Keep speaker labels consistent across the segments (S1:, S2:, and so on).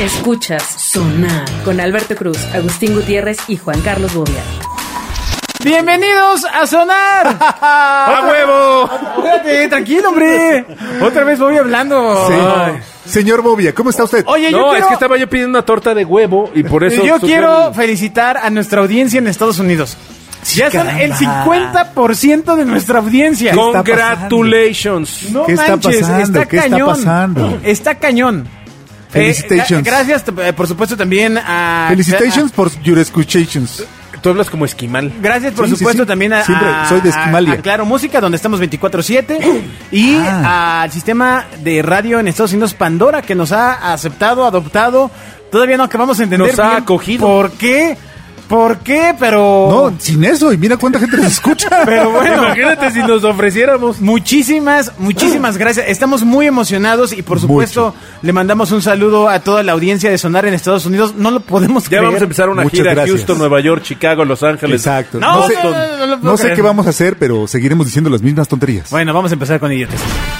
S1: Escuchas Sonar con Alberto Cruz, Agustín Gutiérrez y Juan Carlos Bobia.
S2: Bienvenidos a Sonar. Ah,
S3: Ah,
S4: ¡A Ah, huevo!
S2: Espérate, tranquilo, hombre. Otra vez voy hablando.
S3: Sí.
S2: Ay.
S3: Señor Bobia, ¿cómo está usted?
S2: Oye, yo
S4: No,
S2: quiero,
S4: es que estaba yo pidiendo una torta de huevo y por eso.
S2: yo
S4: supe
S2: quiero
S4: el-
S2: felicitar a nuestra audiencia en Estados Unidos. ya son el 50% de nuestra audiencia.
S3: está
S4: Congratulations.
S2: No
S3: ¿Qué está
S2: manches,
S3: pasando?
S2: está
S3: ¿Qué está
S2: cañón.
S3: pasando?
S2: Está cañón.
S3: Felicitations.
S2: Eh, gra- gracias, eh, por supuesto, también a...
S3: Felicitations por your escuchations.
S4: Tú hablas como esquimal.
S2: Gracias, por
S3: Sí, sí,
S2: supuesto,
S3: sí.
S2: también a,
S3: Siempre,
S2: a-
S3: soy de Esquimalia.
S2: a Claro Música, donde estamos 24-7, y
S3: Ah.
S2: al sistema de radio en Estados Unidos, Pandora, que nos ha aceptado, adoptado. Todavía no acabamos de entender
S4: Nos ha
S2: bien
S4: acogido.
S2: por qué, por qué, pero...
S3: No, sin eso, y mira cuánta gente nos escucha.
S2: Oh. Pero bueno,
S4: Imagínate si nos ofreciéramos.
S2: Muchísimas, muchísimas gracias. Estamos muy emocionados y por supuesto le mandamos un saludo a toda la audiencia de Sonar en Estados Unidos. No lo podemos
S4: Ya
S2: creer.
S4: vamos a empezar una
S3: Muchas
S4: gira
S3: gracias.
S4: Houston, Nueva York, Chicago, Los Ángeles.
S3: Exacto.
S2: No,
S3: sé,
S2: no, no, no lo puedo
S3: no sé
S2: creer.
S3: qué vamos a hacer, pero seguiremos diciendo las mismas tonterías.
S2: Bueno, vamos a empezar con idiotas.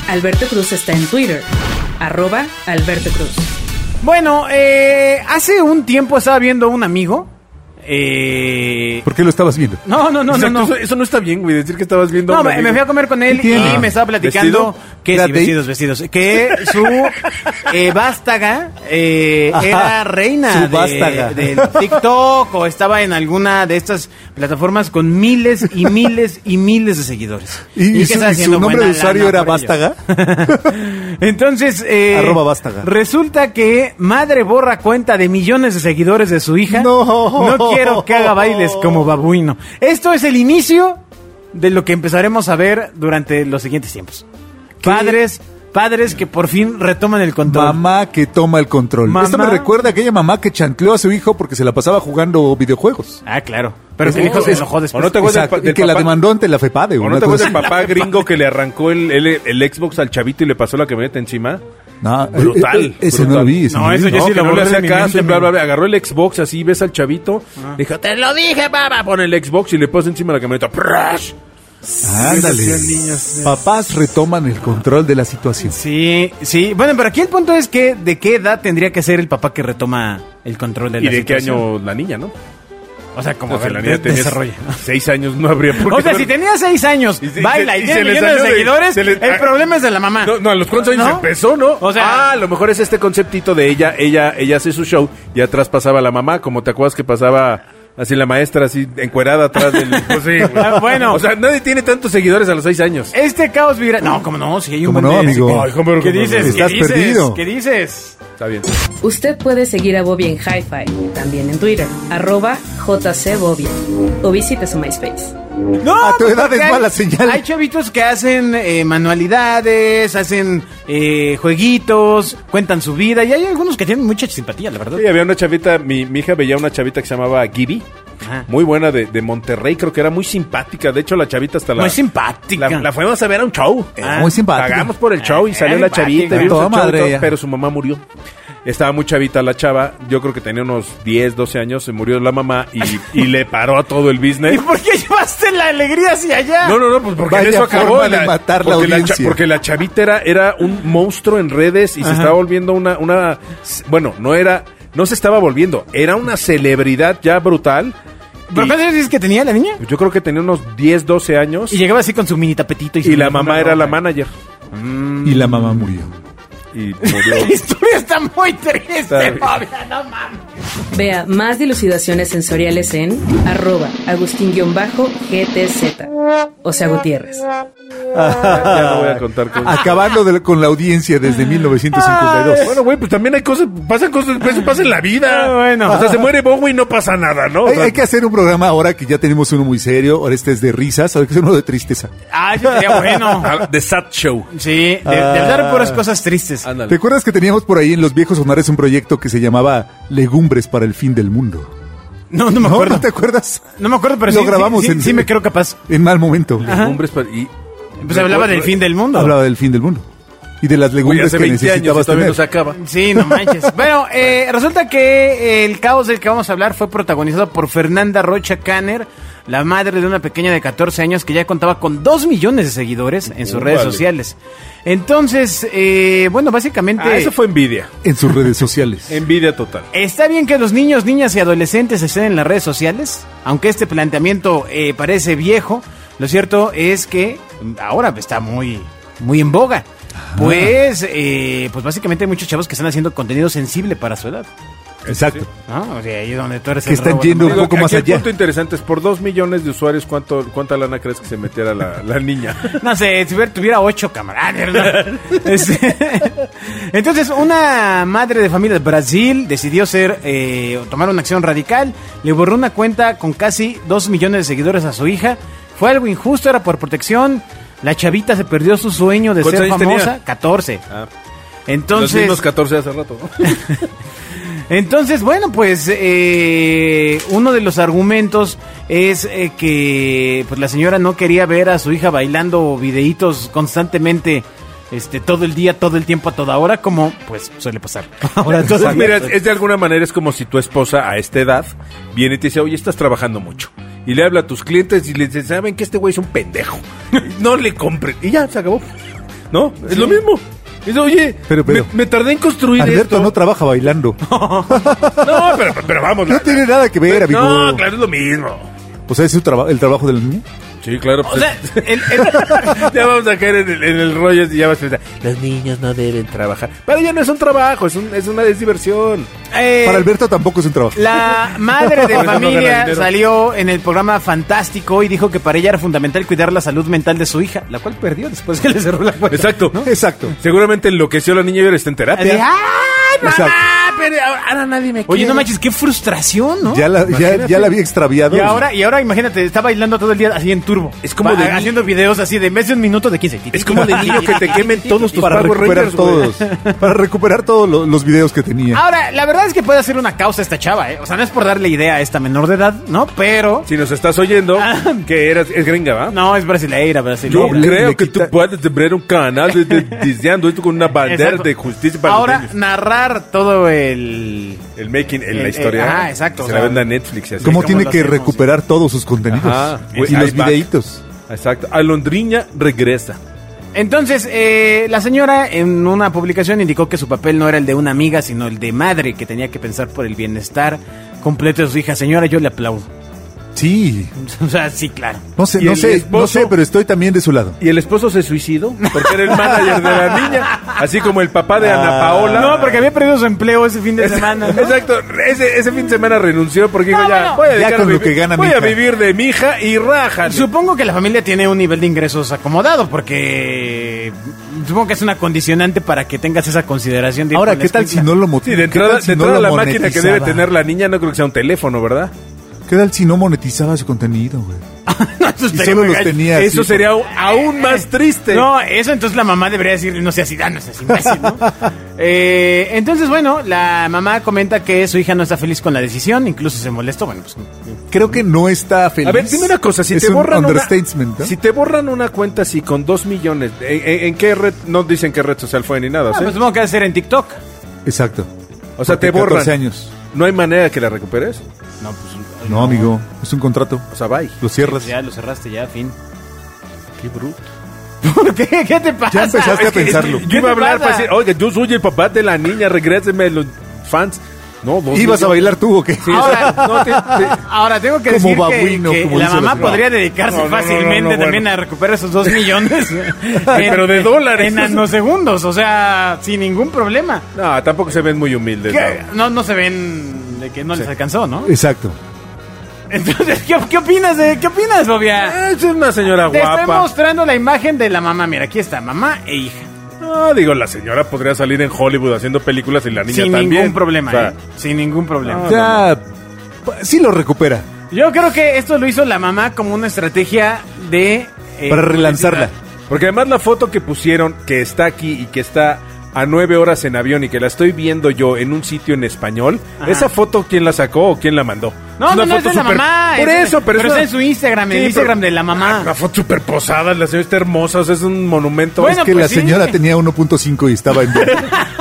S1: Alberto Cruz está en Twitter, arroba Alberto Cruz.
S2: Bueno, eh, hace un tiempo estaba viendo un amigo. Eh,
S3: ¿Por qué lo estabas viendo?
S2: no, no, no, no,
S4: Exacto,
S2: no.
S4: Eso, eso no está bien, güey. Decir que estabas viendo. a
S2: No,
S4: un
S2: me,
S4: amigo.
S2: me fui a comer con él
S3: ¿Qué tiene?
S2: y me estaba platicando
S4: ¿Vestido?
S2: que sí,
S3: ¿Era
S2: vestidos, vestidos, que su eh, vástaga eh,
S3: Ajá,
S2: era reina
S3: su
S2: de-
S3: vástaga.
S2: del TikTok o estaba en alguna de estas plataformas con miles y miles y miles de seguidores.
S3: ¿Y, y
S2: que
S3: su,
S2: estaba
S3: y su
S2: haciendo
S3: nombre de
S2: buena
S3: usuario
S2: lana
S3: era
S2: por ello.
S3: Vástaga?
S2: Entonces, eh,
S3: Arroba vástaga.
S2: resulta que madre borra cuenta de millones de seguidores de su hija.
S3: No.
S2: No quiero que haga bailes como babuino. Esto es el inicio de lo que empezaremos a ver durante los siguientes tiempos. Padres, padres que por fin retoman el control.
S3: Mamá que toma el control.
S2: Mamá.
S3: Esto me recuerda a aquella mamá que chantleó a su hijo porque se la pasaba jugando videojuegos.
S2: Ah, claro. Pero
S3: Es-
S2: el hijo se
S3: es-
S2: enojó después.
S4: ¿O no te acuerdas
S3: Exacto,
S4: del pa- del
S3: y que la
S4: papá?
S3: demandó ante la FEPADE.
S4: ¿O
S3: una
S4: no te acuerdas
S3: cosa
S4: del papá gringo que le arrancó el, el, el Xbox al chavito y le pasó la camioneta encima?
S3: así. No,
S4: Brutal,
S3: eh, eh, Ese no
S4: brutal.
S3: lo vi. ese
S2: No,
S3: lo vi.
S2: eso yo sí
S4: que
S2: lo
S4: no le
S2: borré
S4: hacía
S2: de mi
S4: caso,
S2: mente,
S4: bla,
S2: mi-
S4: bla, bla. Agarró el Xbox así, ves al chavito.
S2: Ah.
S4: Dijo, te lo dije, papá. Pon el Xbox y le puso encima la camioneta. ¡Prash!
S3: Ándale. Papás retoman el control de la situación.
S2: Sí, sí. Bueno, pero aquí el punto es que de qué edad tendría que ser el papá que retoma el control de
S4: ¿Y
S2: la
S4: de qué
S2: situación?
S4: año la niña, no?
S2: O sea, como
S4: O sea,
S2: que
S4: la niña
S2: de-
S4: tenía
S2: desarrolla.
S4: seis años, no habría por
S2: O
S4: qué
S2: sea,
S4: no-
S2: si tenía seis años,
S4: Y se-
S2: baila y,
S4: y se
S2: tiene
S4: le
S2: millones de
S4: salió de-
S2: seguidores,
S4: se le-
S2: el
S4: ah,
S2: problema es de la mamá.
S4: No, no, a los cuantos años
S2: ¿No?
S4: empezó, ¿no?
S2: O sea-
S4: ah, a lo mejor es este conceptito de ella, ella, ella hace su show y atrás pasaba la mamá, como te acuerdas que pasaba así la maestra, así encuerada atrás del. Pues sí, güey.
S2: Ah, bueno.
S4: O sea, nadie tiene tantos seguidores a los seis años.
S2: Este caos viral. No, como no, si hay un
S3: ¿Cómo
S2: buen
S3: no,
S2: de-
S3: amigo?
S4: Ay, ¿cómo no?
S2: ¿Qué dices? ¿Qué
S3: Estás
S2: dices?
S3: perdido.
S2: ¿Qué dices?
S4: Está bien.
S1: Usted puede seguir a Bobia en Hi-Fi, también en Twitter, arroba JCBobia, o visite su MySpace.
S2: No,
S3: A tu
S2: pues,
S3: edad
S2: porque
S3: es
S2: hay-
S3: mala señal.
S2: Hay chavitos que hacen eh, manualidades, hacen eh, jueguitos, cuentan su vida y hay algunos que tienen mucha simpatía, la verdad.
S4: Sí, había una chavita, mi, mi hija veía una chavita que se llamaba Gibby.
S2: Ajá.
S4: Muy buena de, de Monterrey, creo que era muy simpática. De hecho, la chavita hasta la.
S2: Muy simpática.
S4: La, la fuimos a ver a un show.
S3: Ah, muy simpática.
S4: Pagamos por el show y
S2: Ah,
S4: salió
S2: era
S4: la
S2: simpática.
S4: chavita. y vimos el
S3: Toda
S4: show y
S3: madre
S4: todo,
S3: ella.
S4: pero su mamá murió. Estaba muy chavita la chava. Yo creo que tenía unos 10, 12 años. Se murió la mamá y, y le paró a todo el
S2: ¿Y
S4: business.
S2: por qué llevaste la alegría hacia allá?
S4: No, no, no, pues porque
S3: Vaya
S4: en eso acabó.
S3: forma de matar la
S4: porque, cha-
S3: audiencia.
S4: porque la chavita era, era un monstruo en redes y se estaba volviendo una, una. Bueno, no era. No se estaba volviendo. Era una celebridad ya brutal.
S2: ¿Pero
S4: Y
S2: cuántos años dices que tenía la niña?
S4: yo creo que tenía unos 10, 12 años.
S2: Y
S4: Y,
S2: llegaba así con su mini tapetito. Y, su
S4: la
S2: mini
S4: mamá era la
S2: ropa.
S4: manager.
S2: Mm.
S3: Y la mamá murió.
S4: Y
S2: La
S4: murió.
S2: historia está muy triste,
S4: Está bien.
S2: Fabián, no mames.
S1: Vea más dilucidaciones sensoriales en arroba Agustín-GTZ, o sea Gutiérrez.
S4: ya no voy a contar
S3: Ah,
S4: con.
S3: Acabando de- con la audiencia desde 1952.
S4: Bueno, güey, pues también hay cosas, pasan cosas, pues, pasa en la vida.
S2: Ah, bueno.
S4: O sea, se muere Bowie y no pasa nada, ¿no? O
S3: Hay,
S4: sea,
S3: hay que hacer un programa ahora que ya tenemos uno muy serio. Ahora este es de risas, ahora que es uno de tristeza.
S2: Ah, eso sería bueno.
S4: ah, The Sad Show.
S2: Sí, de, de
S3: Ah.
S2: hablar puras cosas tristes.
S4: Ándale.
S3: ¿Recuerdas que teníamos por ahí en los viejos sonares un proyecto que se llamaba Legumbres para el fin del mundo?
S2: No, no me
S3: ¿No?
S2: acuerdo.
S3: ¿No te acuerdas?
S2: No me acuerdo, pero sí,
S3: Lo
S2: sí,
S3: grabamos
S2: sí,
S3: en-
S2: sí me creo capaz.
S3: En mal momento.
S4: Legumbres para- y-
S2: Pues hablaba del fin del mundo.
S3: Hablaba del fin del mundo. Y de las
S4: Güey,
S3: legumbres
S4: hace
S3: que
S4: 20 años y
S3: necesitabas
S4: todavía
S3: tener.
S4: no se acaba.
S2: Sí, no manches. bueno, eh, resulta que el caos del que vamos a hablar fue protagonizado por Fernanda Rocha Caner, la madre de una pequeña de 14 años que ya contaba con 2 millones de seguidores en sus redes
S4: Órale.
S2: sociales. Entonces, eh, bueno, básicamente...
S4: Ah, eso fue envidia.
S3: en sus redes sociales.
S4: Envidia total.
S2: Está bien que los niños, niñas y adolescentes estén en las redes sociales, aunque este planteamiento eh, parece viejo, lo cierto es que ahora está muy, muy en boga. Pues, eh, pues básicamente hay muchos chavos que están haciendo contenido sensible para su edad,
S3: Exacto.
S2: ¿no? O sea, ahí es donde tú eres
S3: Que
S2: el
S3: están
S2: robo,
S3: yendo-
S2: ¿no?
S3: un poco
S4: aquí
S3: más
S4: el
S3: allá.
S4: punto interesante es por dos millones de usuarios, ¿cuánto, ¿cuánta lana crees que se metiera la, la niña?
S2: No sé, si hubiera- tuviera ocho camaradas. Este, Entonces, una madre de familia de Brasil decidió ser, eh, tomar una acción radical. Le borró una cuenta con casi dos millones de seguidores a su hija. Fue algo injusto, era por protección. La chavita se perdió su sueño de
S4: ¿Cuántos
S2: ser
S4: años
S2: famosa.
S4: tenía?
S2: 14.
S4: Ah, los
S2: Entonces,
S4: mismos 14 de hace rato, ¿no?
S2: entonces, bueno, pues eh, uno de los argumentos es eh, que pues la señora no quería ver a su hija bailando videitos constantemente. Este, todo el día, todo el tiempo, a toda hora, como pues suele pasar. Ahora todo el
S4: Pues
S2: día.
S4: mira, es de alguna manera es como si tu esposa a esta edad viene y te dice, oye, estás trabajando mucho. Y le habla a tus clientes y le dice, saben que este güey es un pendejo. No le compren. Y ya, se acabó. ¿No? Es lo mismo. Dice, oye,
S3: Pero, pero-
S4: me, me tardé en construir
S3: Alberto
S4: esto.
S3: no trabaja bailando.
S4: No, pero, pero vamos.
S3: No
S4: la-
S3: tiene nada que ver, amigo.
S4: No, claro, es lo mismo.
S3: O sea, es su traba- el trabajo de la niña.
S4: Sí, claro.
S2: O
S4: pues,
S2: sea, el- el-
S4: ya vamos a caer en el, en el rollo y ya vas a pensar, los niños no deben trabajar. Pero ya no es un trabajo, es, un- es una es diversión.
S2: eh,
S3: Para Alberto tampoco es un trabajo.
S2: La madre de
S4: Por eso no gana
S2: familia
S4: dinero.
S2: salió en el programa Fantástico y dijo que para ella era fundamental cuidar la salud mental de su hija, la cual perdió después que le cerró la cuenta.
S4: Exacto.
S3: Exacto.
S4: Seguramente enloqueció la niña y ahora está en terapia.
S2: Así, ¡ay, mamá!
S3: Exacto.
S4: Ah,
S2: Pero ahora nadie me Oye, no manches, qué frustración, ¿no?
S3: Ya, la, ya,
S4: Imagínate.
S3: ya la había extraviado.
S2: y ahora, y ahora imagínate, está bailando todo el día así en turbo.
S4: Es como
S2: Va-
S4: de-
S2: haciendo videos así de en vez de un minuto de 15.
S4: Es como de niño que te quemen todos tus
S3: para
S4: Power
S3: recuperar
S4: Rangers, güey. Ah.
S3: todos. Para recuperar todos lo- los videos que tenía.
S2: Ahora, la verdad es que puede hacer una causa esta chava, ¿eh? O sea, no es por darle idea a esta menor de edad, ¿no? Pero.
S4: Si nos estás oyendo, que eras, es gringa, ¿va?
S2: No, es brasileira, brasileira.
S4: Yo
S3: Le-
S4: creo
S3: le
S4: que
S3: quita-
S4: tú puedes tener un canal de, de- diseñando esto con una bandera
S2: Exacto.
S4: de justicia para
S2: Ahora,
S4: los niños.
S2: narrar todo el.
S4: El making, en
S2: el-
S4: la historia.
S2: el- ah, exacto,
S4: que
S2: o
S4: Se
S2: sea,
S4: la venda a Netflix. y así.
S3: ¿Cómo
S2: ¿cómo
S3: tiene
S2: lo
S3: que
S2: hacemos?
S3: recuperar todos sus contenidos?
S4: Ajá.
S3: Y- y
S4: Güey,
S3: los
S4: ahí va.
S3: videitos.
S4: Exacto. Alondriña regresa.
S2: Entonces, eh, la señora en una publicación indicó que su papel no era el de una amiga, sino el de madre, que tenía que pensar por el bienestar completo de su hija. Señora, yo le aplaudo.
S3: Sí.
S2: O sea, sí, claro.
S3: No sé,
S4: ¿Y
S3: no
S4: el
S3: sé, no
S4: esposo?
S3: sé, pero estoy también de su lado.
S4: ¿Y el esposo se suicidó? Porque era el manager de la niña. Así como el papá de
S3: Ah.
S4: Ana Paola.
S2: No, porque había perdido su empleo ese fin de semana. ¿no?
S4: Exacto, ese, ese fin de semana renunció porque dijo
S2: No,
S4: ya,
S2: bueno.
S4: voy, a,
S3: Ya
S4: dedicar a
S3: con lo
S4: vivir-
S3: que gana mi
S4: voy a
S3: hija".
S4: vivir de mi hija y raja.
S2: Supongo que la familia tiene un nivel de ingresos acomodado, porque supongo que es una condicionante para que tengas esa consideración. de ir
S3: Ahora,
S2: con la
S3: ¿qué tal
S2: escuela.
S3: si no lo motiva?
S4: Sí, de entrada, de entrada la máquina que debe tener la niña no creo que sea un teléfono, ¿verdad?
S3: ¿Qué tal si no monetizaba su contenido, güey?
S2: No, eso estaría
S3: solo
S2: muy
S3: los
S2: gacho.
S3: tenía así,
S4: Eso sería au- aún más triste.
S2: No, eso entonces la mamá debería decir, no seas idán, no seas imbécil, ¿no? Eh, entonces, bueno, la mamá comenta que su hija no está feliz con la decisión, incluso se molestó, bueno, pues...
S3: Creo que no está feliz.
S4: A ver, dime una cosa, si
S3: es
S4: te
S3: un
S4: borran una,
S3: understatement, ¿no?
S4: si te borran una cuenta así con dos millones, ¿en, en- en qué red? No dicen qué red social fue ni nada,
S2: Ah,
S4: ¿sí?
S2: pues supongo que va a ser en TikTok.
S3: Exacto.
S4: O sea,
S3: Porque
S4: te borran.
S3: 14 años.
S4: No hay manera que la recuperes.
S2: No, pues...
S3: No, amigo, es un contrato.
S4: O sea, bye.
S3: Lo cierras.
S2: Ya lo cerraste, ya, fin.
S4: Qué bruto.
S2: ¿Por qué? ¿Qué te pasa?
S3: Ya empezaste a
S2: Es que-
S3: pensarlo.
S2: ¿Qué
S4: Yo iba
S2: te
S4: a hablar
S2: pasa?
S4: para decir, oiga, yo soy el papá de la niña, regrésenme los fans. No, dos
S3: ¿Ibas a
S4: millones.
S3: bailar tú o qué?
S4: Sí,
S2: Ahora-
S4: exacto. No, te- te-
S2: Ahora tengo que
S3: Como
S2: decir que-
S3: babuino,
S2: que,
S3: como
S2: la
S3: dicen
S2: mamá
S3: los-
S2: podría dedicarse
S4: No, no, no, no,
S2: fácilmente
S4: no, bueno.
S2: también a recuperar esos dos millones.
S4: Pero de dólares.
S2: En nanosegundos, o sea, sin ningún problema.
S4: No, tampoco se ven muy humildes.
S2: ¿Qué?
S4: no.
S2: No, no se ven de que no les alcanzó, ¿no?
S3: Exacto.
S2: Entonces, ¿qué, qué opinas de qué opinas, Bobia?
S4: Ah, Es una señora
S2: Te estoy
S4: guapa.
S2: mostrando la imagen de la mamá. Mira, aquí está, mamá e hija.
S4: No, digo, la señora podría salir en Hollywood haciendo películas y la niña
S2: Sin
S4: también.
S2: ningún problema,
S4: O sea,
S2: ¿eh? Sin ningún problema.
S4: No,
S3: Ya. pa- Sí lo recupera.
S2: Yo creo que esto lo hizo la mamá como una estrategia de... eh,
S3: Para relanzarla.
S4: Porque además la foto que pusieron, que está aquí y que está a nueve horas en avión y que la estoy viendo yo en un sitio en español,
S2: Ajá.
S4: ¿esa foto quién la sacó o quién la mandó?
S2: No,
S4: Es
S2: no,
S4: una
S2: no, es de
S4: foto
S2: la
S4: súper-
S2: mamá.
S4: Por
S2: es-
S4: eso, pero,
S2: pero
S4: es
S2: está
S4: una-
S2: en su Instagram, en
S4: Sí,
S2: el
S4: pero-
S2: Instagram de la
S4: Ah,
S2: mamá.
S4: Una foto súper posada, la señora está hermosa, o sea, es un monumento.
S2: Bueno,
S3: es que
S2: pues
S3: la
S2: sí.
S3: señora tenía 1.5 y estaba en
S4: A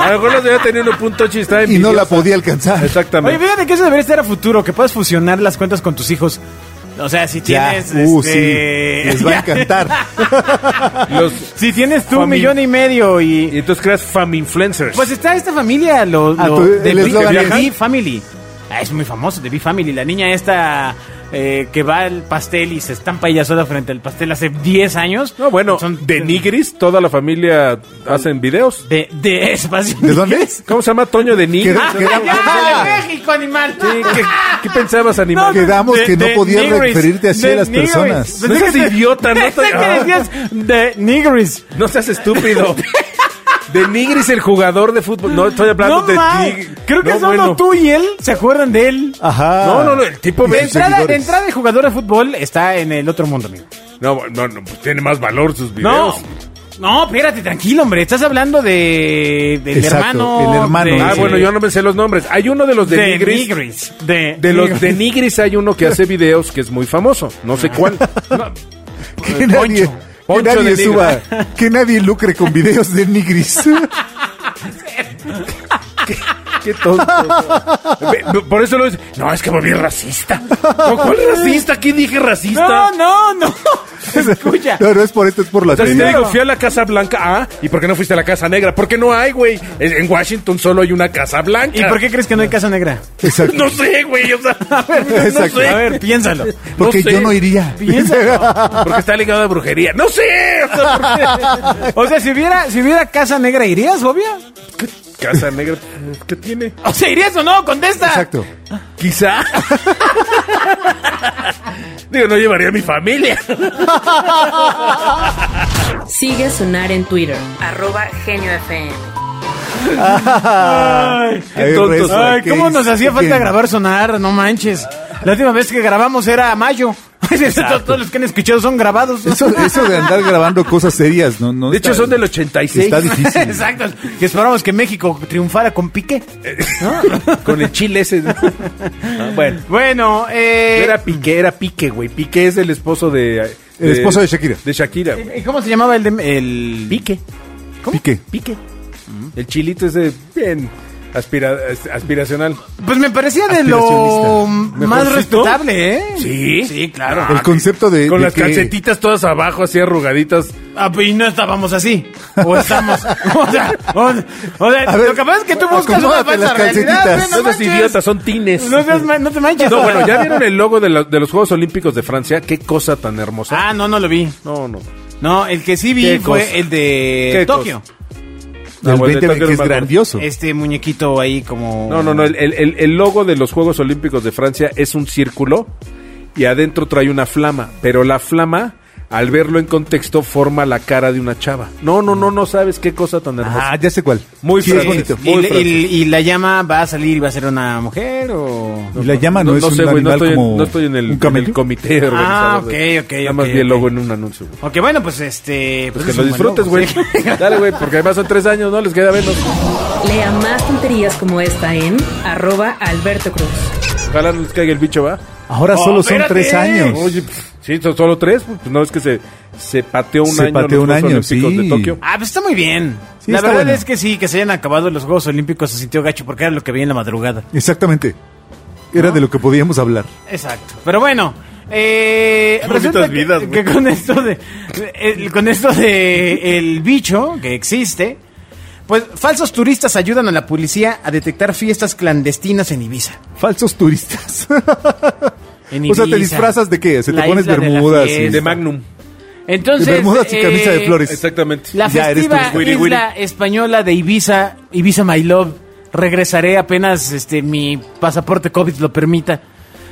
S4: lo mejor la señora tenía un punto chista
S3: y no la podía alcanzar.
S4: Exactamente.
S2: Oye, fíjate que eso debería estar a futuro, que puedas fusionar las cuentas con tus hijos. O sea, si
S3: Ya.
S2: tienes.
S3: Uh,
S2: este,
S3: sí. Les va a encantar.
S4: Los-
S2: Si tienes tú un
S4: Fami-
S2: millón y medio
S4: y
S2: y.
S4: entonces creas faminfluencers.
S2: Pues está esta familia, los
S3: Ah, tú-
S2: de
S3: el
S2: Big-
S3: eslogan
S2: de
S3: es-
S2: Big Family. Ah, es muy famoso, de Big Family. La niña esta eh, que va al pastel y se estampa ella sola frente al pastel hace 10 años.
S4: no, bueno,
S2: Son-
S4: de Nigris, toda la familia hacen videos.
S2: De, de espacio.
S3: ¿De dónde es?
S4: ¿Cómo se llama Toño de Nigris?
S3: Queda-
S2: ¡Ah,
S3: queda-
S2: ya! ¡De México, animal!
S4: Sí, ¿qué, qué pensabas, animal?
S3: No, Quedamos que no podías
S2: nigris,
S3: referirte así
S2: de
S3: a las
S2: nigris.
S3: personas.
S2: Pensé
S4: No
S2: que
S4: seas
S2: te-
S4: idiota, no
S2: pensé
S4: te- Ah.
S2: que decías de nigris.
S4: No seas estúpido. De Nigris, el jugador de fútbol. No, estoy hablando
S2: No
S4: de
S2: más.
S4: ti.
S2: Creo que
S4: No,
S2: solo
S4: bueno.
S2: tú y él se acuerdan de él. Pues,
S3: Ajá.
S4: No, no, no, el tipo
S3: Ah, Y
S2: De
S4: ve-
S3: sus
S2: entrada, de
S3: seguidores.
S2: entrada de jugador de fútbol está en el otro mundo, amigo.
S4: No, no, no, pues tiene más valor sus
S2: No,
S4: videos.
S2: no, espérate, tranquilo, hombre. Estás hablando de del
S3: Exacto,
S2: hermano.
S3: el hermano,
S2: de-
S4: Ah, bueno, yo no me sé los nombres. Hay uno de los de,
S2: de
S4: Nigris.
S2: Nigris, De,
S4: De los de Nigris hay uno que hace videos que es muy famoso. No sé cuál.
S3: Que nadie, que
S4: Poncho
S3: nadie
S4: de
S3: suba, que nadie lucre con videos de nigris.
S4: Qué tonto. Ve, ve, Por eso lo dice. No, es que volví racista. No, ¿Cuál racista? ¿Qué dije racista?
S2: No, no, no. Escucha.
S3: No, no es por esto, es por la
S4: O sea, si te
S3: tele.
S4: digo, fui a la Casa Blanca, ah, ¿y por qué no fuiste a la Casa Negra? Porque no hay, güey. En en Washington solo hay una Casa Blanca.
S2: ¿Y por qué crees que no hay casa negra?
S3: Exacto.
S4: No sé, güey. O sea, no
S3: Exacto.
S4: sé.
S2: A ver, piénsalo.
S3: Porque
S4: sé.
S3: yo no iría.
S2: Piénsalo.
S4: Porque está ligado a brujería. No sé. o sea, ¿por
S2: O sea, si hubiera, si hubiera casa negra, ¿irías, obvia?
S4: qué? Casa Negra, ¿qué tiene?
S2: O sea, ¿irías o no? Contesta.
S3: Exacto.
S4: Quizá. Digo, no llevaría a mi familia.
S1: Sigue a Sonar en Twitter, arroba Genio FM.
S2: Ay,
S3: A ver,
S4: tontos.
S3: Rezo,
S2: Ay,
S3: ¿qué
S2: ¿cómo nos
S3: hice?
S2: hacía
S3: ¿Qué?
S2: falta grabar sonar? No manches. La última vez que grabamos era mayo. Todos los que han escuchado son grabados.
S3: Eso, eso de andar grabando cosas serias, no, no
S4: De hecho,
S3: está-
S4: son del 86.
S3: Está difícil.
S2: Exacto. Que esperábamos que México triunfara con pique.
S3: Eh,
S4: Con el chile ese. Ah, bueno.
S2: Bueno, eh,
S4: Era Piqué, era Piqué, güey. Piqué es el esposo de...
S3: El esposo de Shakira.
S4: De Shakira, güey.
S2: ¿y ¿cómo se llamaba el de el
S4: Pique.
S3: Pique.
S4: Pique. El chilito ese bien aspira- as- aspiracional.
S2: Pues me parecía de lo
S3: Aspiracionista.
S2: más
S4: ¿Mejorcito?
S2: respetable, ¿eh?
S4: ¿Sí?
S2: Sí, claro.
S3: El concepto de.
S4: Con
S3: Eh, de
S4: las
S3: que-
S4: calcetitas todas abajo, así arrugaditas.
S2: Ah, pues, y no estábamos así. O estamos. o sea, o- o sea,
S3: A ver,
S2: lo que pasa es que tú buscas una
S3: acomódate
S2: falsa
S3: las
S2: realidad.
S3: calcetitas.
S2: güey,
S4: No
S2: no
S4: seas
S2: manches.
S4: idiota, son tines.
S2: No, seas ma- no te manches.
S4: No, bueno, ¿ya vieron el logo de, la- de los Juegos Olímpicos de Francia? Qué cosa tan hermosa.
S2: Ah, no, no lo vi.
S4: no, no.
S2: No, el que sí vi
S4: ¿Qué
S2: fue
S4: cosa?
S2: el de
S4: ¿Qué
S2: Tokio.
S3: del
S4: Ah, bueno,
S3: 20,
S4: entonces
S3: que es
S4: no me acuerdo.
S3: grandioso.
S2: Este muñequito ahí como...
S4: No, no, no. El, el- el- el logo de los Juegos Olímpicos de Francia es un círculo y adentro trae una flama. Pero la flama, al verlo en contexto, forma la cara de una chava. No, no, no, no sabes qué cosa tan hermosa.
S3: Ah, ya sé cuál.
S4: Muy
S3: sí, es
S4: francés.
S3: bonito.
S2: Y,
S4: Muy
S2: le-
S4: francés.
S2: y- y la llama va a salir y va a ser una mujer o...
S3: Y la llama no,
S4: no,
S3: es
S4: no
S3: un
S4: sé, güey, no
S3: animal
S4: estoy, en-
S3: como
S4: no estoy en, el,
S3: un camello. Ah,
S4: en el comité organizador.
S2: ok,
S4: de-
S2: ok,
S4: Nada
S2: ok,
S4: más vi el
S2: ok.
S4: logo en un anuncio. güey.
S2: Ok, bueno, pues este...
S4: Pues
S2: es
S4: que lo
S2: un
S4: disfrutes,
S2: buen
S4: güey.
S2: logo, sí.
S4: Dale, güey, porque además son tres años, ¿no? Les queda menos.
S1: Lea más tonterías como esta en arroba Alberto Cruz.
S4: Ojalá no les caiga el bicho, ¿va?
S3: Ahora
S2: Oh,
S3: solo son
S2: espérate.
S3: tres años.
S4: Oye, pff, sí, son solo tres. Pues no es que se, se pateó un
S3: Se
S4: año
S3: pateó
S4: los
S3: un
S4: Juegos
S3: año,
S4: Olímpicos
S3: sí.
S4: de Tokio.
S2: Ah, pues está muy bien.
S3: Sí,
S2: la
S3: está
S2: verdad
S3: bueno.
S2: es que sí, que se hayan acabado los Juegos Olímpicos se sintió gacho porque era lo que veía en la madrugada.
S3: Exactamente. Era de lo que podíamos hablar.
S2: Exacto. Pero bueno, eh,
S4: Qué bonitas
S2: resulta que,
S4: vidas,
S2: que
S4: güey.
S2: con esto de el- con esto de el bicho que existe, pues falsos turistas ayudan a la policía a detectar fiestas clandestinas en Ibiza.
S3: Falsos turistas.
S2: En
S3: O sea, ¿te
S2: Ibiza.
S3: disfrazas de qué? ¿Se te
S2: La
S3: pones
S2: isla de la
S3: bermudas y-
S2: fiesta.
S4: De Magnum.
S2: Entonces,
S3: de bermudas y camisa de
S2: eh,
S3: flores.
S4: Exactamente.
S2: La
S3: Ya eres
S2: festiva
S3: turista.
S4: Wiri, wiri.
S2: isla española de Ibiza, Ibiza My Love, regresaré apenas este mi pasaporte COVID lo permita.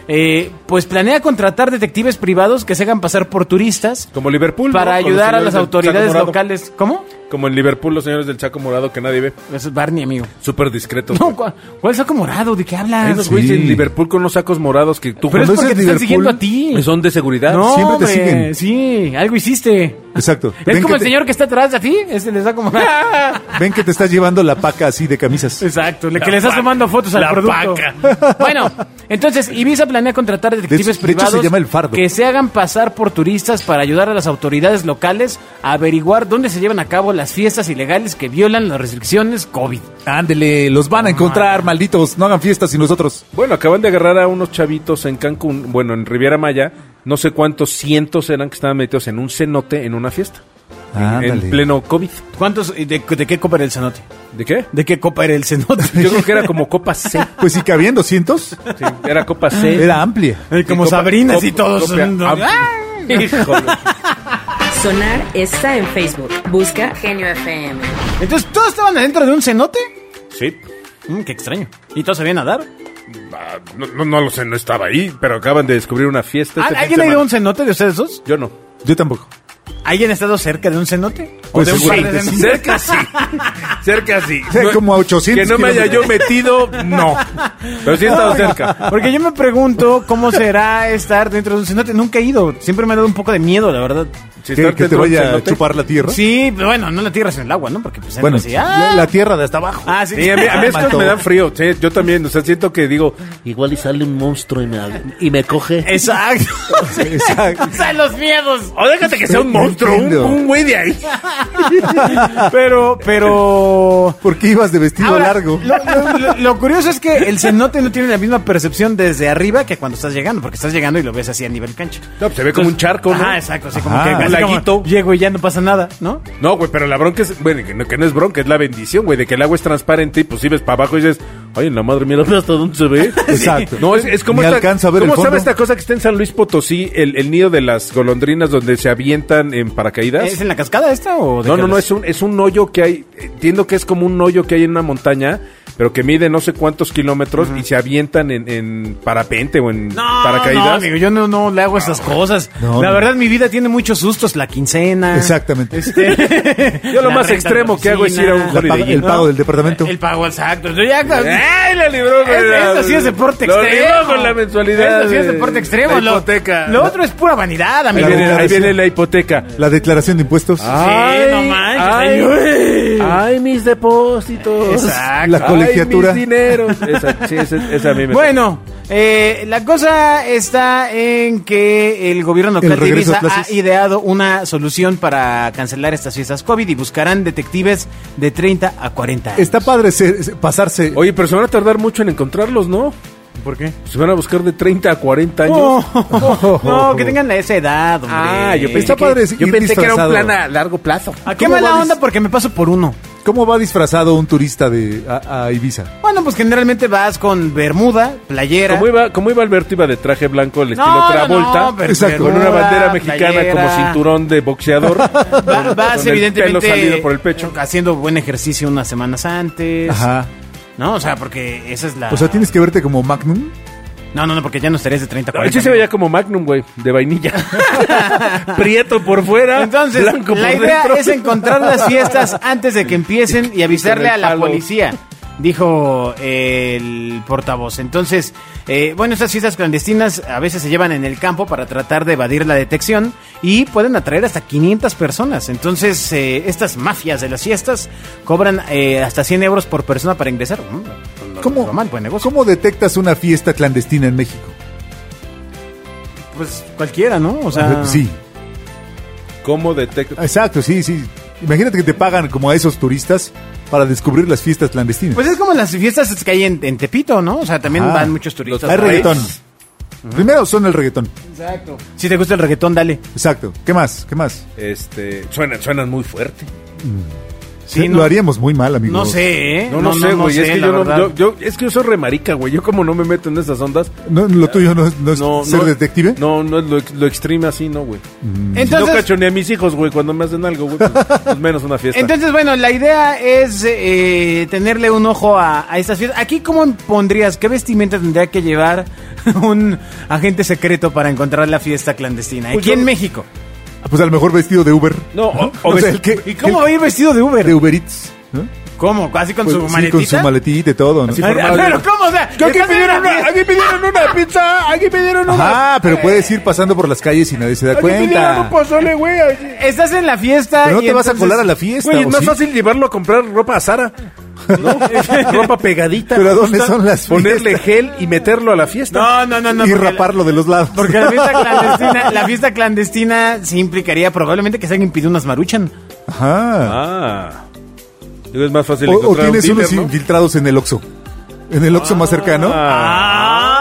S2: Eh, pues planea contratar detectives privados que se hagan pasar por turistas
S4: Como Liverpool. ¿no?
S2: para
S4: Con los
S2: ayudar a
S4: señores
S2: las
S4: del Chaco
S2: autoridades
S4: Morado.
S2: locales. ¿Cómo?
S4: Como en Liverpool, los señores del Chaco Morado que nadie ve.
S2: Eso es Barney, amigo.
S4: Súper discretos.
S2: No, ¿cu- ¿cuál saco morado? ¿De qué
S4: Hay unos
S2: hablas?
S4: güeyes
S3: sí.
S4: en Liverpool con unos sacos morados que tú
S2: Pero es
S3: Cuando
S2: porque
S3: dices
S2: te están
S3: Liverpool,
S2: siguiendo a ti.
S4: son de seguridad.
S2: No,
S3: Siempre te
S2: hombre,
S3: siguen.
S2: Sí, algo hiciste.
S3: Exacto.
S2: Es
S3: Ven
S2: como
S3: que
S2: el
S3: te-
S2: señor que está atrás de ti, ese le saco morado.
S3: Ven que te estás llevando la paca así de camisas.
S2: Exacto, le-
S4: La
S2: que le estás
S4: vaca,
S2: tomando fotos al
S4: la
S2: producto.
S4: vaca.
S2: Bueno, entonces Ibiza planea contratar detectives
S3: De hecho- de hecho,
S2: privados
S3: se llama el fardo.
S2: que se hagan pasar por turistas para ayudar a las autoridades locales a averiguar dónde se llevan a cabo las fiestas ilegales que violan las restricciones COVID.
S3: Ándele, los van a encontrar, malditos. No hagan fiestas sin nosotros.
S4: Bueno, acaban de agarrar a unos chavitos en Cancún, bueno, en Riviera Maya, no sé cuántos cientos eran que estaban metidos en un cenote en una fiesta. En-
S3: Ándale.
S4: en pleno COVID.
S2: ¿Cuántos, de, de qué copa era el cenote?
S4: ¿De qué?
S2: ¿De qué copa era el cenote?
S4: Yo creo que era como Copa C.
S3: Pues si cabían 200,
S4: Sí, era Copa C.
S3: era amplia.
S2: Eh, Como
S4: Copa-
S2: Sabrina, así
S4: Copa-
S2: todos.
S4: Copa-
S2: mm,
S4: Ah,
S2: ¡ah!
S4: híjole.
S1: Sonar está en Facebook. Busca Genio FM.
S2: Entonces, ¿todos estaban adentro de un cenote?
S4: Sí.
S2: Mm, qué extraño. ¿Y todos sabían nadar?
S4: Ah, No, no, no lo sé, no estaba ahí, pero acaban de descubrir una fiesta.
S2: ¿Al-
S4: este fin
S2: ¿Alguien
S4: de
S2: ha ido a un
S4: semana.
S2: cenote de ustedes dos?
S4: Yo no.
S3: Yo tampoco.
S2: ¿Alguien ha estado cerca de un cenote? ¿O
S3: Pues
S2: de un
S3: sí.
S2: par de cenotes?
S4: Cerca sí. Cerca sí.
S3: O sea,
S4: No-
S3: como a 800
S4: Que no me haya yo
S3: kilómetros.
S4: metido, no. Pero sí he estado cerca.
S2: Porque yo me pregunto cómo será estar dentro de un cenote. Nunca he ido. Siempre me ha dado un poco de miedo, la verdad.
S4: Si
S3: que,
S4: estar
S3: que te
S4: dentro de un
S3: vaya a
S4: cenote-
S3: chupar la tierra.
S2: Sí, pero bueno, no la tierra es en el agua, ¿no? Porque pues
S3: Bueno,
S2: entras y, ¡ah!
S3: la, la tierra de hasta abajo.
S2: Ah, sí.
S4: Sí, a mí, a mí estas me dan frío. sí, yo también, o sea, siento que digo,
S5: Igual y sale un monstruo y me, y me coge.
S2: Exacto.
S3: Exacto.
S2: o sea, los miedos.
S4: o "Oh, déjate que sea un
S3: No
S4: monstruo, un,
S3: entiendo.
S4: un güey de ahí.
S2: Pero, pero...
S3: ¿Por qué ibas de vestido
S2: Ahora,
S3: largo?
S2: Lo, lo- lo- lo curioso es que el cenote no tiene la misma percepción desde arriba que cuando estás llegando, porque estás llegando y lo ves así a nivel cancha.
S4: No, pues se ve como un charco, ¿no?
S2: Ah, exacto, así como
S3: Ajá.
S2: que
S3: Un
S2: así
S4: laguito.
S2: como llego y ya no pasa nada, ¿no?
S4: No, güey, pero la bronca es, bueno, que no, que no es bronca, es la bendición, güey, de que el agua es transparente y pues si ves para abajo y dices, ay, en la madre mía, ¿hasta dónde se ve?
S3: Exacto.
S4: No, es, es como
S3: Ni
S4: esta,
S3: alcanza a ver el
S4: ¿cómo
S3: fondo.
S4: sabe esta cosa que está en San Luis Potosí, el, el nido de las golondrinas donde se avientan en paracaídas?
S2: ¿Es en la cascada esta o de
S4: No,
S2: qué
S4: no, no,
S2: hablas?
S4: es un, es un hoyo que hay, entiendo que es como un hoyo que hay en una montaña, pero que mide no sé cuántos kilómetros y se avientan en, en parapente o en
S2: No,
S4: paracaídas.
S2: no, amigo, yo no, no le hago esas cosas.
S3: No,
S2: la
S3: no.
S2: verdad, mi vida tiene muchos sustos. La quincena. Este,
S3: Exactamente.
S4: Yo lo más extremo que hago es ir a un
S3: La paga-
S4: holiday
S3: el
S4: inn.
S3: pago del departamento.
S2: El pago, exacto. Yo ya-
S4: ¡Ay, la libró! con
S2: Es-
S4: Eh, la-
S2: Eso sí es deporte
S4: lo
S2: extremo.
S4: libró con la mensualidad.
S2: Eso sí es
S4: de-
S2: deporte extremo.
S4: La
S2: Lo-
S4: hipoteca.
S2: Lo, otro es pura vanidad,
S4: Ahí
S2: amigo.
S4: viene, ahí
S3: declaración.
S4: viene la hipoteca.
S3: La declaración de impuestos.
S4: Ah. Ay,
S2: no manches, ay.
S4: ay, ay, mis depósitos.
S2: Exacto.
S3: La colegiatura.
S4: Ay, mis dineros. Esa, sí, esa, esa a mí me
S2: Bueno, eh, la cosa está en que el gobierno
S3: El
S2: local de
S3: regreso a
S2: Ibiza ha
S3: clases.
S2: ideado una solución para cancelar estas fiestas COVID y buscarán detectives de 30 a 40 años.
S3: Está padre ser- pasarse.
S4: Oye, pero se van a tardar mucho en encontrarlos, ¿no?
S2: ¿Por qué?
S4: Se van a buscar de 30 a 40 años.
S2: No, no, que tengan esa edad, hombre.
S4: Ah, yo pensé,
S3: Está
S4: que,
S3: padre
S4: yo
S3: ir
S4: pensé que era un
S3: disfrazado.
S4: plan a largo plazo.
S2: ¿A qué
S3: ¿Cómo
S2: mala
S3: va
S2: onda?
S3: dis-
S2: Porque me paso por uno.
S3: ¿Cómo va disfrazado un turista de a, a Ibiza?
S2: Bueno, pues generalmente vas con bermuda, playera.
S4: Como iba, como iba Alberto, iba de traje blanco, el estilo
S2: No, no,
S4: Travolta,
S2: no, pero
S3: Exacto.
S4: con una
S2: bermuda,
S4: bandera mexicana
S2: playera.
S4: como cinturón de boxeador.
S2: Va- vas
S4: con
S2: evidentemente
S4: El pelo salido por el pecho.
S2: haciendo buen ejercicio unas semanas antes.
S3: Ajá.
S2: No, o sea, porque esa es la
S3: O sea, tienes que verte como Magnum.
S2: No, no, no, porque ya no estarías de 30
S4: Ay,
S2: 40.
S4: sí se
S2: amigo.
S4: veía como Magnum, güey, de vainilla. Prieto por fuera,
S2: Entonces,
S4: blanco
S2: la
S4: por
S2: idea
S4: dentro.
S2: es encontrar las fiestas antes de que empiecen y avisarle a la
S4: palo.
S2: policía. Dijo el portavoz. Entonces, eh, bueno, estas fiestas clandestinas a veces se llevan en el campo para tratar de evadir la detección y pueden atraer hasta 500 personas. Entonces, eh, estas mafias de las fiestas cobran eh, hasta 100 euros por persona para ingresar. Mm, no
S3: ¿Cómo,
S2: está mal, buen
S4: Pues-
S2: negocio.
S3: ¿Cómo detectas una fiesta clandestina en México?
S2: Pues cualquiera, ¿no? O
S4: Ah.
S2: sea,
S3: Sí,
S4: ¿Cómo detecta?
S3: exacto, sí, sí. Imagínate que te pagan como a esos turistas para descubrir las fiestas clandestinas.
S2: Pues es como las fiestas que hay en, en Tepito, ¿no? O sea, también
S3: Ajá.
S2: van muchos turistas.
S3: Hay
S4: Los
S3: reggaetón. Primero son el reggaetón.
S2: Exacto. Si te gusta el reggaetón, dale.
S3: Exacto. ¿Qué más? ¿Qué más?
S4: Este, suenan, suenan muy fuerte.
S2: Sí,
S3: Eh, Lo haríamos muy mal, amigo.
S2: No sé, ¿eh?
S4: No, no, sé, güey. es que
S2: la
S4: yo, no-
S2: verdad.
S4: yo, yo- es que yo soy remarica, güey. Yo como no me meto en esas ondas.
S3: No, lo tuyo no es, no es
S4: No,
S3: Pues, ser
S4: no,
S3: detective.
S4: No, no es lo, ex- lo extreme así, no, güey.
S2: Entonces,
S4: no cachoneé a mis hijos, güey, cuando me hacen algo, güey. Pues, pues menos una fiesta.
S2: entonces, bueno, la idea es eh, tenerle un ojo a, a estas fiestas. Aquí, ¿cómo pondrías? ¿Qué vestimenta tendría que llevar un agente secreto para encontrar la fiesta clandestina?
S4: Pues
S2: Aquí
S4: yo-
S2: en México.
S3: Ah, Pues a lo mejor vestido de Uber.
S4: no, o, o
S3: O sea,
S4: ves-
S3: el que-
S2: ¿Y cómo va a ir vestido de Uber?
S3: De Uber Eats. ¿no?
S2: ¿Cómo? ¿Así con
S3: Pues,
S2: su
S3: sí,
S2: maletita?
S3: con su maletita y de todo, ¿no? ah,
S4: Así
S2: Ay,
S4: formado,
S2: Pero,
S4: güey.
S2: ¿cómo? O sea,
S4: Yo aquí
S2: estás en
S4: pidieron
S2: una
S4: una,
S2: fiesta-
S4: aquí pidieron una pizza, aquí pidieron una.
S3: Ajá, ah, pero puedes ir pasando por las calles y nadie se da
S4: aquí pidieron un
S3: cuenta.
S4: pozole, güey.
S2: Estás en la fiesta
S3: Pero no
S2: y
S3: te vas a
S2: entonces-
S3: colar a la fiesta.
S4: Güey, es
S3: ¿o
S4: más
S3: sí?
S4: fácil llevarlo a comprar ropa a Sara. ¿no? ropa pegadita.
S3: Pero ¿a dónde son las
S4: Ponerle gel y meterlo a la fiesta.
S2: No, no, no, no.
S3: y
S2: porque la-
S3: raparlo de los lados.
S2: Porque la fiesta clandestina, la fiesta clandestina sí implicaría probablemente que si alguien pidió unas maruchan.
S3: Ajá.
S4: Ah. Digo, es más fácil
S3: o, o
S4: encontrar
S3: tienes
S4: un
S3: unos
S4: dealer, ¿no?
S3: Ah, infiltrados en el Oxxo. En el Oxxo más cercano.
S4: Ah.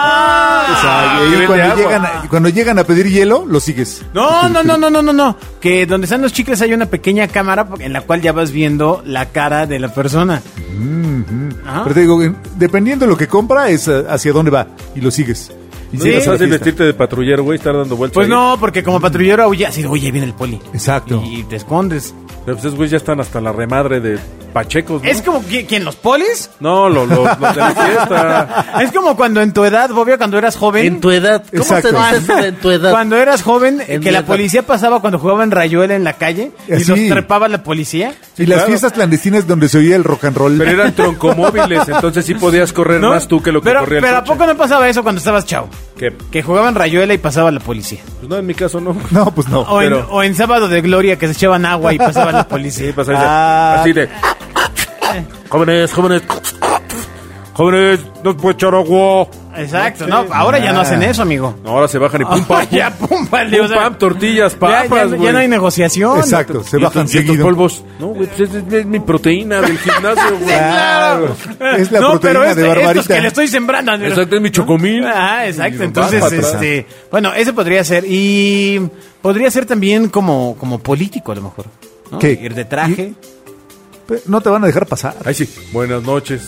S2: Ah,
S3: Exacto. Y
S4: Viven de
S3: cuando
S4: agua.
S3: llegan, a- cuando llegan a pedir hielo, lo sigues.
S2: No, no, no, no, no, no, no. Que donde están los chicles hay una pequeña cámara en la cual ya vas viendo la cara de la persona. Ajá.
S3: Pero te digo, en- dependiendo de lo que compra, es eh, hacia dónde va y lo sigues. Y
S4: Sí,
S3: sigues
S4: es
S3: a la
S4: fácil
S3: fiesta.
S4: vestirte de patrullero, güey, estar dando vueltas.
S2: Pues
S4: ahí.
S2: no, porque como patrullero aúlla así de, oye, viene el poli.
S3: Exacto.
S2: Y te escondes.
S4: Pero pues esos güeyes ya están hasta la remadre de pachecos, ¿no?
S2: Es como que- quien los polis.
S4: No, lo- lo- los de la fiesta.
S2: Es como cuando en tu edad, Bobia, cuando eras joven.
S5: En tu edad. ¿Cómo
S3: Exacto.
S5: se dice eso de en tu edad?
S2: Cuando eras joven, eh,
S5: En
S2: que
S5: mi
S2: la
S5: edad.
S2: policía pasaba cuando jugaban rayuela en la calle y
S3: Así.
S2: los trepaba la policía.
S3: y las
S4: claro.
S3: fiestas clandestinas donde se oía el rock and roll.
S4: Pero eran troncomóviles, entonces sí podías correr
S2: ¿no?
S4: más tú que lo que
S2: pero,
S4: corría el
S2: Pero ¿a
S4: coche.
S2: poco no pasaba eso cuando estabas chavo?
S4: Que,
S2: Que jugaban rayuela y pasaba la policía.
S4: pues no, en mi caso no.
S3: No, pues no.
S2: O, en,
S4: Pero-
S2: o en Sábado de Gloria que se echaban agua y pasaba la policía.
S4: Sí, pasa ese-
S3: Ah.
S4: así de...
S5: Jóvenes, jóvenes.
S4: Jóvenes, no puede echar agua.
S2: Exacto, ¿no? Ahora ya no hacen eso, amigo.
S4: No, ahora se bajan y Ah. pum, pam.
S2: ya, pum, vale, o
S4: Pum,
S2: sea,
S4: pam, tortillas,
S2: ya-
S4: papas,
S2: ya, ya
S4: güey.
S2: no hay negociación.
S3: Exacto, se
S4: Y
S3: bajan
S4: estos- y estos
S3: seguido.
S4: polvos. No, güey, pues es, es- es mi proteína del gimnasio, güey.
S3: Claro. Es la
S2: Ah. no, pero
S3: proteína
S2: este,
S3: de
S2: estos que
S3: barbarita.
S2: le estoy sembrando. Andrés.
S4: Exacto, es mi chocomil.
S2: Ah, exacto.
S4: Y
S2: Entonces,
S4: va para atrás.
S2: este, bueno, ese podría ser. Y podría ser también como, como político, a lo mejor. ¿no?
S3: ¿Qué?
S2: Ir de traje.
S3: Pe- No te van a dejar pasar.
S4: Ay, sí. Buenas noches,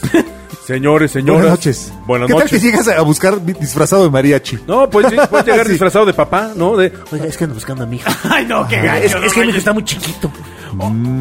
S4: señores, señoras.
S3: Buenas noches.
S4: Buenas
S3: ¿Qué
S4: noches.
S3: tal que llegas a buscar vi- disfrazado de mariachi?
S4: No, pues sí, puedes llegar
S3: Ah, Sí.
S4: disfrazado de papá, ¿no? De,
S5: Oiga, es que ando buscando a mi hija.
S2: Ay, no,
S4: Ah,
S2: qué
S5: Es,
S2: gacho.
S5: es que mi hijo está muy chiquito.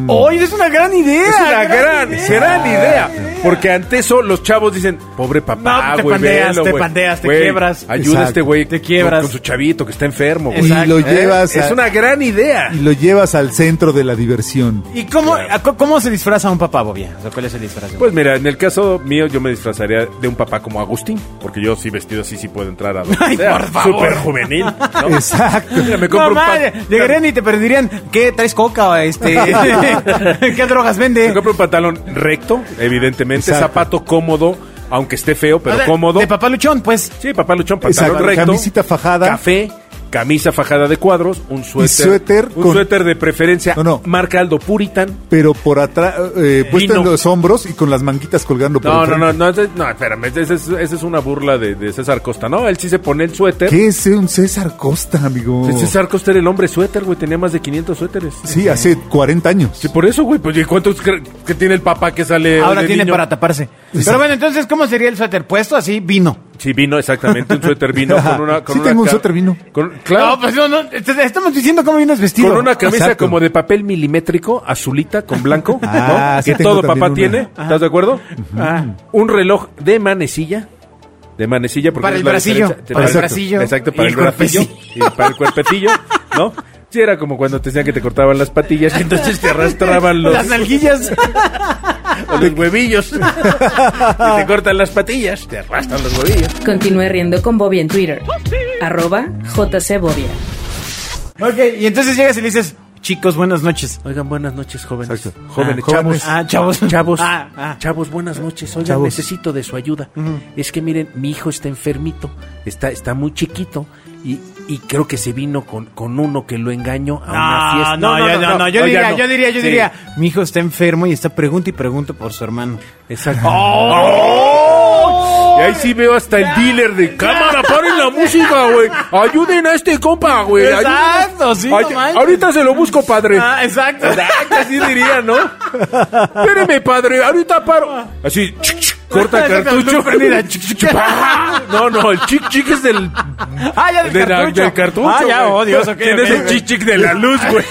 S2: Oye, es una gran idea.
S4: es una gran, gran idea. Porque ante eso los chavos dicen, pobre papá,
S2: No, te
S4: güey,
S2: pandeas,
S4: velo,
S2: te
S4: güey.
S2: pandeas, te
S4: Güey,
S2: quiebras.
S4: Ayuda a este
S3: Exacto.
S4: güey
S2: Te
S4: con-
S2: quiebras.
S4: con su chavito que está enfermo, güey.
S3: Y
S2: Exacto.
S3: lo
S2: Eh,
S3: llevas,
S4: Es
S3: a-
S4: una gran idea.
S3: y lo llevas al centro de la diversión.
S2: ¿Y cómo, a co- cómo se disfraza un papá, Bobia? O sea, ¿cuál es el disfraz? de un
S4: Pues mira, en el caso mío yo me disfrazaría de un papá como Agustín, porque yo sí vestido así sí puedo entrar a donde
S2: Ay,
S4: sea.
S2: por favor.
S4: Súper juvenil. ¿no?
S3: Exacto.
S4: Mira, me
S2: No,
S4: compro un
S2: madre,
S4: pan-
S2: llegarían y te perderían. ¿Qué traes coca? o Este, ¿Qué drogas
S4: Me
S2: vende?
S4: compro un pantalón recto, evidentemente,
S3: Exacto.
S4: zapato cómodo, aunque esté feo, pero
S2: O sea,
S4: cómodo.
S2: De papá luchón, pues.
S4: Sí, papá luchón, pantalón
S3: Exacto,
S4: recto.
S3: camisita fajada.
S4: Café, camisa fajada de cuadros, un suéter.
S3: suéter
S4: un
S3: con-
S4: suéter de preferencia.
S3: No, no.
S4: Marca Aldo Puritan.
S3: Pero por atrás, eh, puesto
S4: Vino.
S3: en los hombros y con las manguitas colgando por
S4: No,
S3: el
S4: no, no,
S3: frente.
S4: no, ese- no, espérame, esa es, esa es una burla de, de César Costa, ¿no? Él sí se pone el suéter.
S3: ¿Qué es un César Costa, amigo?
S4: Pues César Costa era el hombre suéter, güey, tenía más de 500 suéteres.
S3: Sí, hace 40 años.
S4: Sí, por eso, güey, pues ¿y cuántos cre- que tiene el papá que sale hoy
S2: Ahora
S4: de
S2: tiene
S4: niño?
S2: para taparse. Pero bueno, entonces, ¿cómo sería el suéter? Puesto así, vino.
S4: Sí, vino, exactamente, un suéter vino con una... Con
S3: Sí
S4: una
S3: tengo un
S4: ca-
S3: suéter vino.
S4: con- claro,
S2: No, pues no, no. est- Estamos diciendo cómo vienes vestido.
S4: con una camisa
S3: Exacto.
S4: como de papel milimétrico, azulita, con blanco,
S3: Ah,
S4: ¿no?
S3: sí
S4: que
S3: tengo
S4: todo
S3: también
S4: papá
S3: una.
S4: tiene, ¿estás de acuerdo? Ah, un reloj de manecilla, de manecilla porque
S2: Para
S4: es
S2: el
S4: la
S2: bracillo,
S4: diferencia-
S2: para
S3: el
S4: Exacto,
S2: bracillo.
S4: Exacto,
S2: Y
S4: para el
S2: el cuerpecillo.
S4: bracillo y para el cuerpecillo, ¿no? Sí, era como cuando te decían que te cortaban las patillas y entonces te arrastraban los,
S2: Las nalguillas.
S4: o los huevillos. y te cortan las patillas, te arrastran los huevillos.
S1: Continúe riendo con Bobia en Twitter. Arroba JCBobia.
S2: ok, y entonces llegas y le dices, chicos, buenas noches.
S5: Oigan, buenas noches, jóvenes.
S3: Exacto.
S4: Jóvenes,
S3: Ah, jóvenes.
S4: chavos.
S2: Ah, chavos.
S5: Chavos,
S2: Ah, ah.
S5: chavos, buenas noches. Oigan,
S3: Chavos.
S5: necesito de su ayuda. Es que miren, mi hijo está enfermito, está, está muy chiquito y, y creo que se vino con, con uno que lo engañó a una fiesta.
S2: No, no, yo- no, no, yo
S4: no, Oh, ya
S2: diría,
S4: no.
S2: yo diría, yo
S4: Sí.
S2: diría, mi hijo está enfermo y está pregunta y pregunta por su hermano.
S5: Exacto.
S4: ¡Oh! Y ahí sí veo hasta el dealer de cámara, paren la música, güey. Ayuden a este compa, güey. ayuden a-
S2: Exacto, sí, no
S4: Ay-
S2: manches.
S4: ahorita se lo busco, padre.
S2: Ah, exacto.
S4: Exacto, así diría, ¿no? Espéreme, padre, ahorita paro. Así, chic, chic, corta
S2: Exacto,
S4: cartucho.
S2: luz prendida, chic, chic.
S4: Chup, ah. No, no, el chic chic es del.
S2: Ah, ya del
S4: de la-
S2: cartucho.
S4: del cartucho.
S2: Ah, ya,
S4: güey.
S2: oh, Dios, ok,
S4: Tienes
S2: ok,
S4: el
S2: ok.
S4: chic chic de la luz, güey.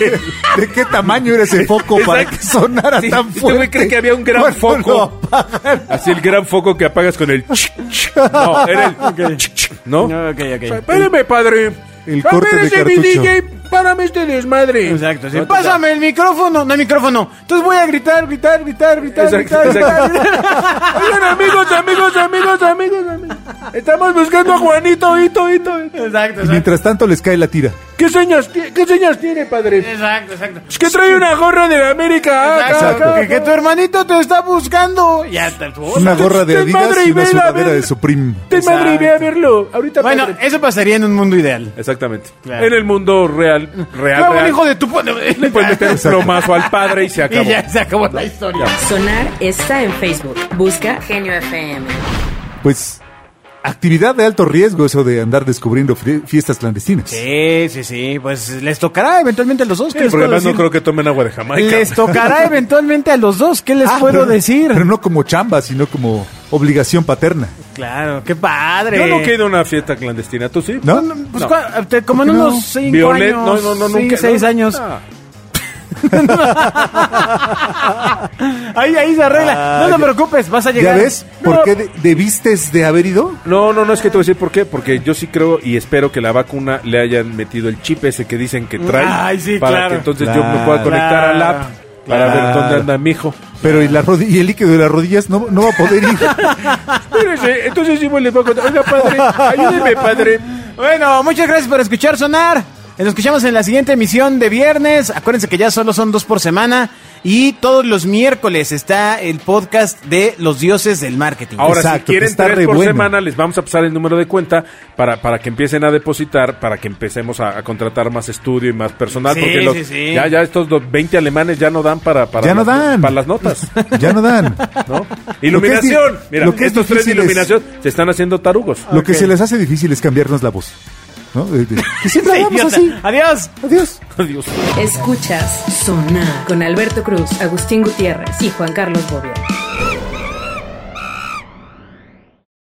S3: ¿De qué tamaño era ese foco para que sonara
S4: Sí,
S3: tan
S4: este
S3: fuerte?
S4: güey cree que había un gran
S3: Cuando
S4: foco.
S3: lo apagan.
S4: Así el gran foco que apagas con el. chic, chic. No, era el. chic, chic, ¿No?
S2: Ok, ok.
S4: Espéreme, padre.
S3: el
S4: A
S3: corte
S4: ver,
S3: de
S4: ese mi
S3: cartucho.
S4: DJ, párame este desmadre.
S2: Exacto, sí.
S4: No,
S2: Pásame el micrófono, no el micrófono. Entonces voy a gritar, gritar, gritar, gritar,
S4: Exacto,
S2: gritar.
S4: exacto. Oigan, amigos, amigos, amigos, amigos, amigos. Estamos buscando a Juanito, hito, hito. hito.
S2: Exacto,
S3: Y
S2: exacto.
S3: mientras tanto les cae la tira.
S4: ¿Qué señas, ti- qué señas tiene, padre?
S2: Exacto, exacto.
S4: Es que trae una gorra de la América. Ah, acá,
S2: Exacto,
S4: acá,
S2: que, que tu
S4: acá.
S2: hermanito te está buscando. Ya está.
S3: Una gorra de
S4: Ten
S3: Adidas
S4: Oh, madre
S3: y
S4: y
S3: una
S4: vela,
S3: sudadera
S4: ven.
S3: de Supreme.
S4: Ten madre y ve a verlo. Ahorita,
S2: Bueno,
S4: padre.
S2: eso pasaría en un mundo ideal.
S4: Exactamente.
S2: Claro.
S4: En el mundo real, real,
S2: Luego el
S4: real.
S2: hijo de tu...
S4: Le puedes meter un plomazo al padre y se acabó.
S2: Y Pues, ya se acabó la historia.
S1: Sonar está en Facebook. Busca Genio FM.
S3: Pues Actividad de alto riesgo eso de andar descubriendo fri- fiestas clandestinas.
S2: Sí, sí, sí. Pues les tocará eventualmente a los dos. ¿qué les
S4: Porque
S2: puedo
S4: además no
S2: decir?
S4: creo que tomen agua de Jamaica.
S2: Les tocará eventualmente a los dos. ¿Qué les
S3: Ah,
S2: puedo
S3: pero-
S2: decir?
S3: Pero no como chamba, sino como obligación paterna.
S2: Claro, qué padre.
S4: Yo nunca he ido a una fiesta clandestina, ¿tú sí?
S3: ¿No?
S2: No, pues, cua- te- como en
S3: ¿Por qué
S2: unos
S3: no?
S2: cinco
S4: Violet,
S2: años.
S4: no, no, no,
S2: sí,
S4: nunca.
S2: seis
S4: no.
S2: años.
S4: Ah,
S2: Ahí, ahí se arregla. no te preocupes, vas a
S3: Ah, ¿Ya
S2: llegar.
S3: ves por
S2: No.
S3: qué de- debiste de haber ido?
S4: No, no, no, es que te voy a decir por qué. Porque yo sí creo y espero que la vacuna le hayan metido el chip ese que dicen que trae.
S2: Ay, sí,
S4: para
S2: claro.
S4: que entonces yo me
S3: Claro.
S4: pueda conectar al app para ver
S3: Claro.
S4: dónde anda mi hijo.
S3: Pero y, la rodi- y el líquido de las rodillas no, no va a poder ir.
S4: Espérese, entonces yo le voy a contar. Oiga, padre, ayúdeme, padre.
S2: Bueno, muchas gracias por escuchar sonar. Nos escuchamos en la siguiente emisión de viernes. Acuérdense que ya solo son dos por semana. Y todos los miércoles está el podcast de los dioses del marketing.
S4: Ahora,
S3: Exacto, que
S4: si quieren
S3: está
S4: tres
S3: re
S4: por
S3: bueno.
S4: semana, les vamos a pasar el número de cuenta para, para que empiecen a depositar, para que empecemos a, a contratar más estudio y más personal.
S2: Sí,
S4: porque los-
S2: sí, sí.
S4: Ya, ya estos dos 20 alemanes ya no dan para, para,
S3: Ya no
S4: las-
S3: dan.
S4: para las notas.
S3: Ya no dan.
S4: ¿no? Iluminación. Mira,
S3: lo que es
S4: estos tres de
S3: difícil es-
S4: iluminación se están haciendo tarugos.
S3: Lo que se les hace difícil es cambiarnos la voz. ¿no? De- de- que siempre
S2: Sí,
S3: hablamos
S2: idiota.
S3: así.
S2: Adiós.
S3: Adiós.
S4: Adiós.
S1: Escuchas Sonar con Alberto Cruz, Agustín Gutiérrez y Juan Carlos Bobia.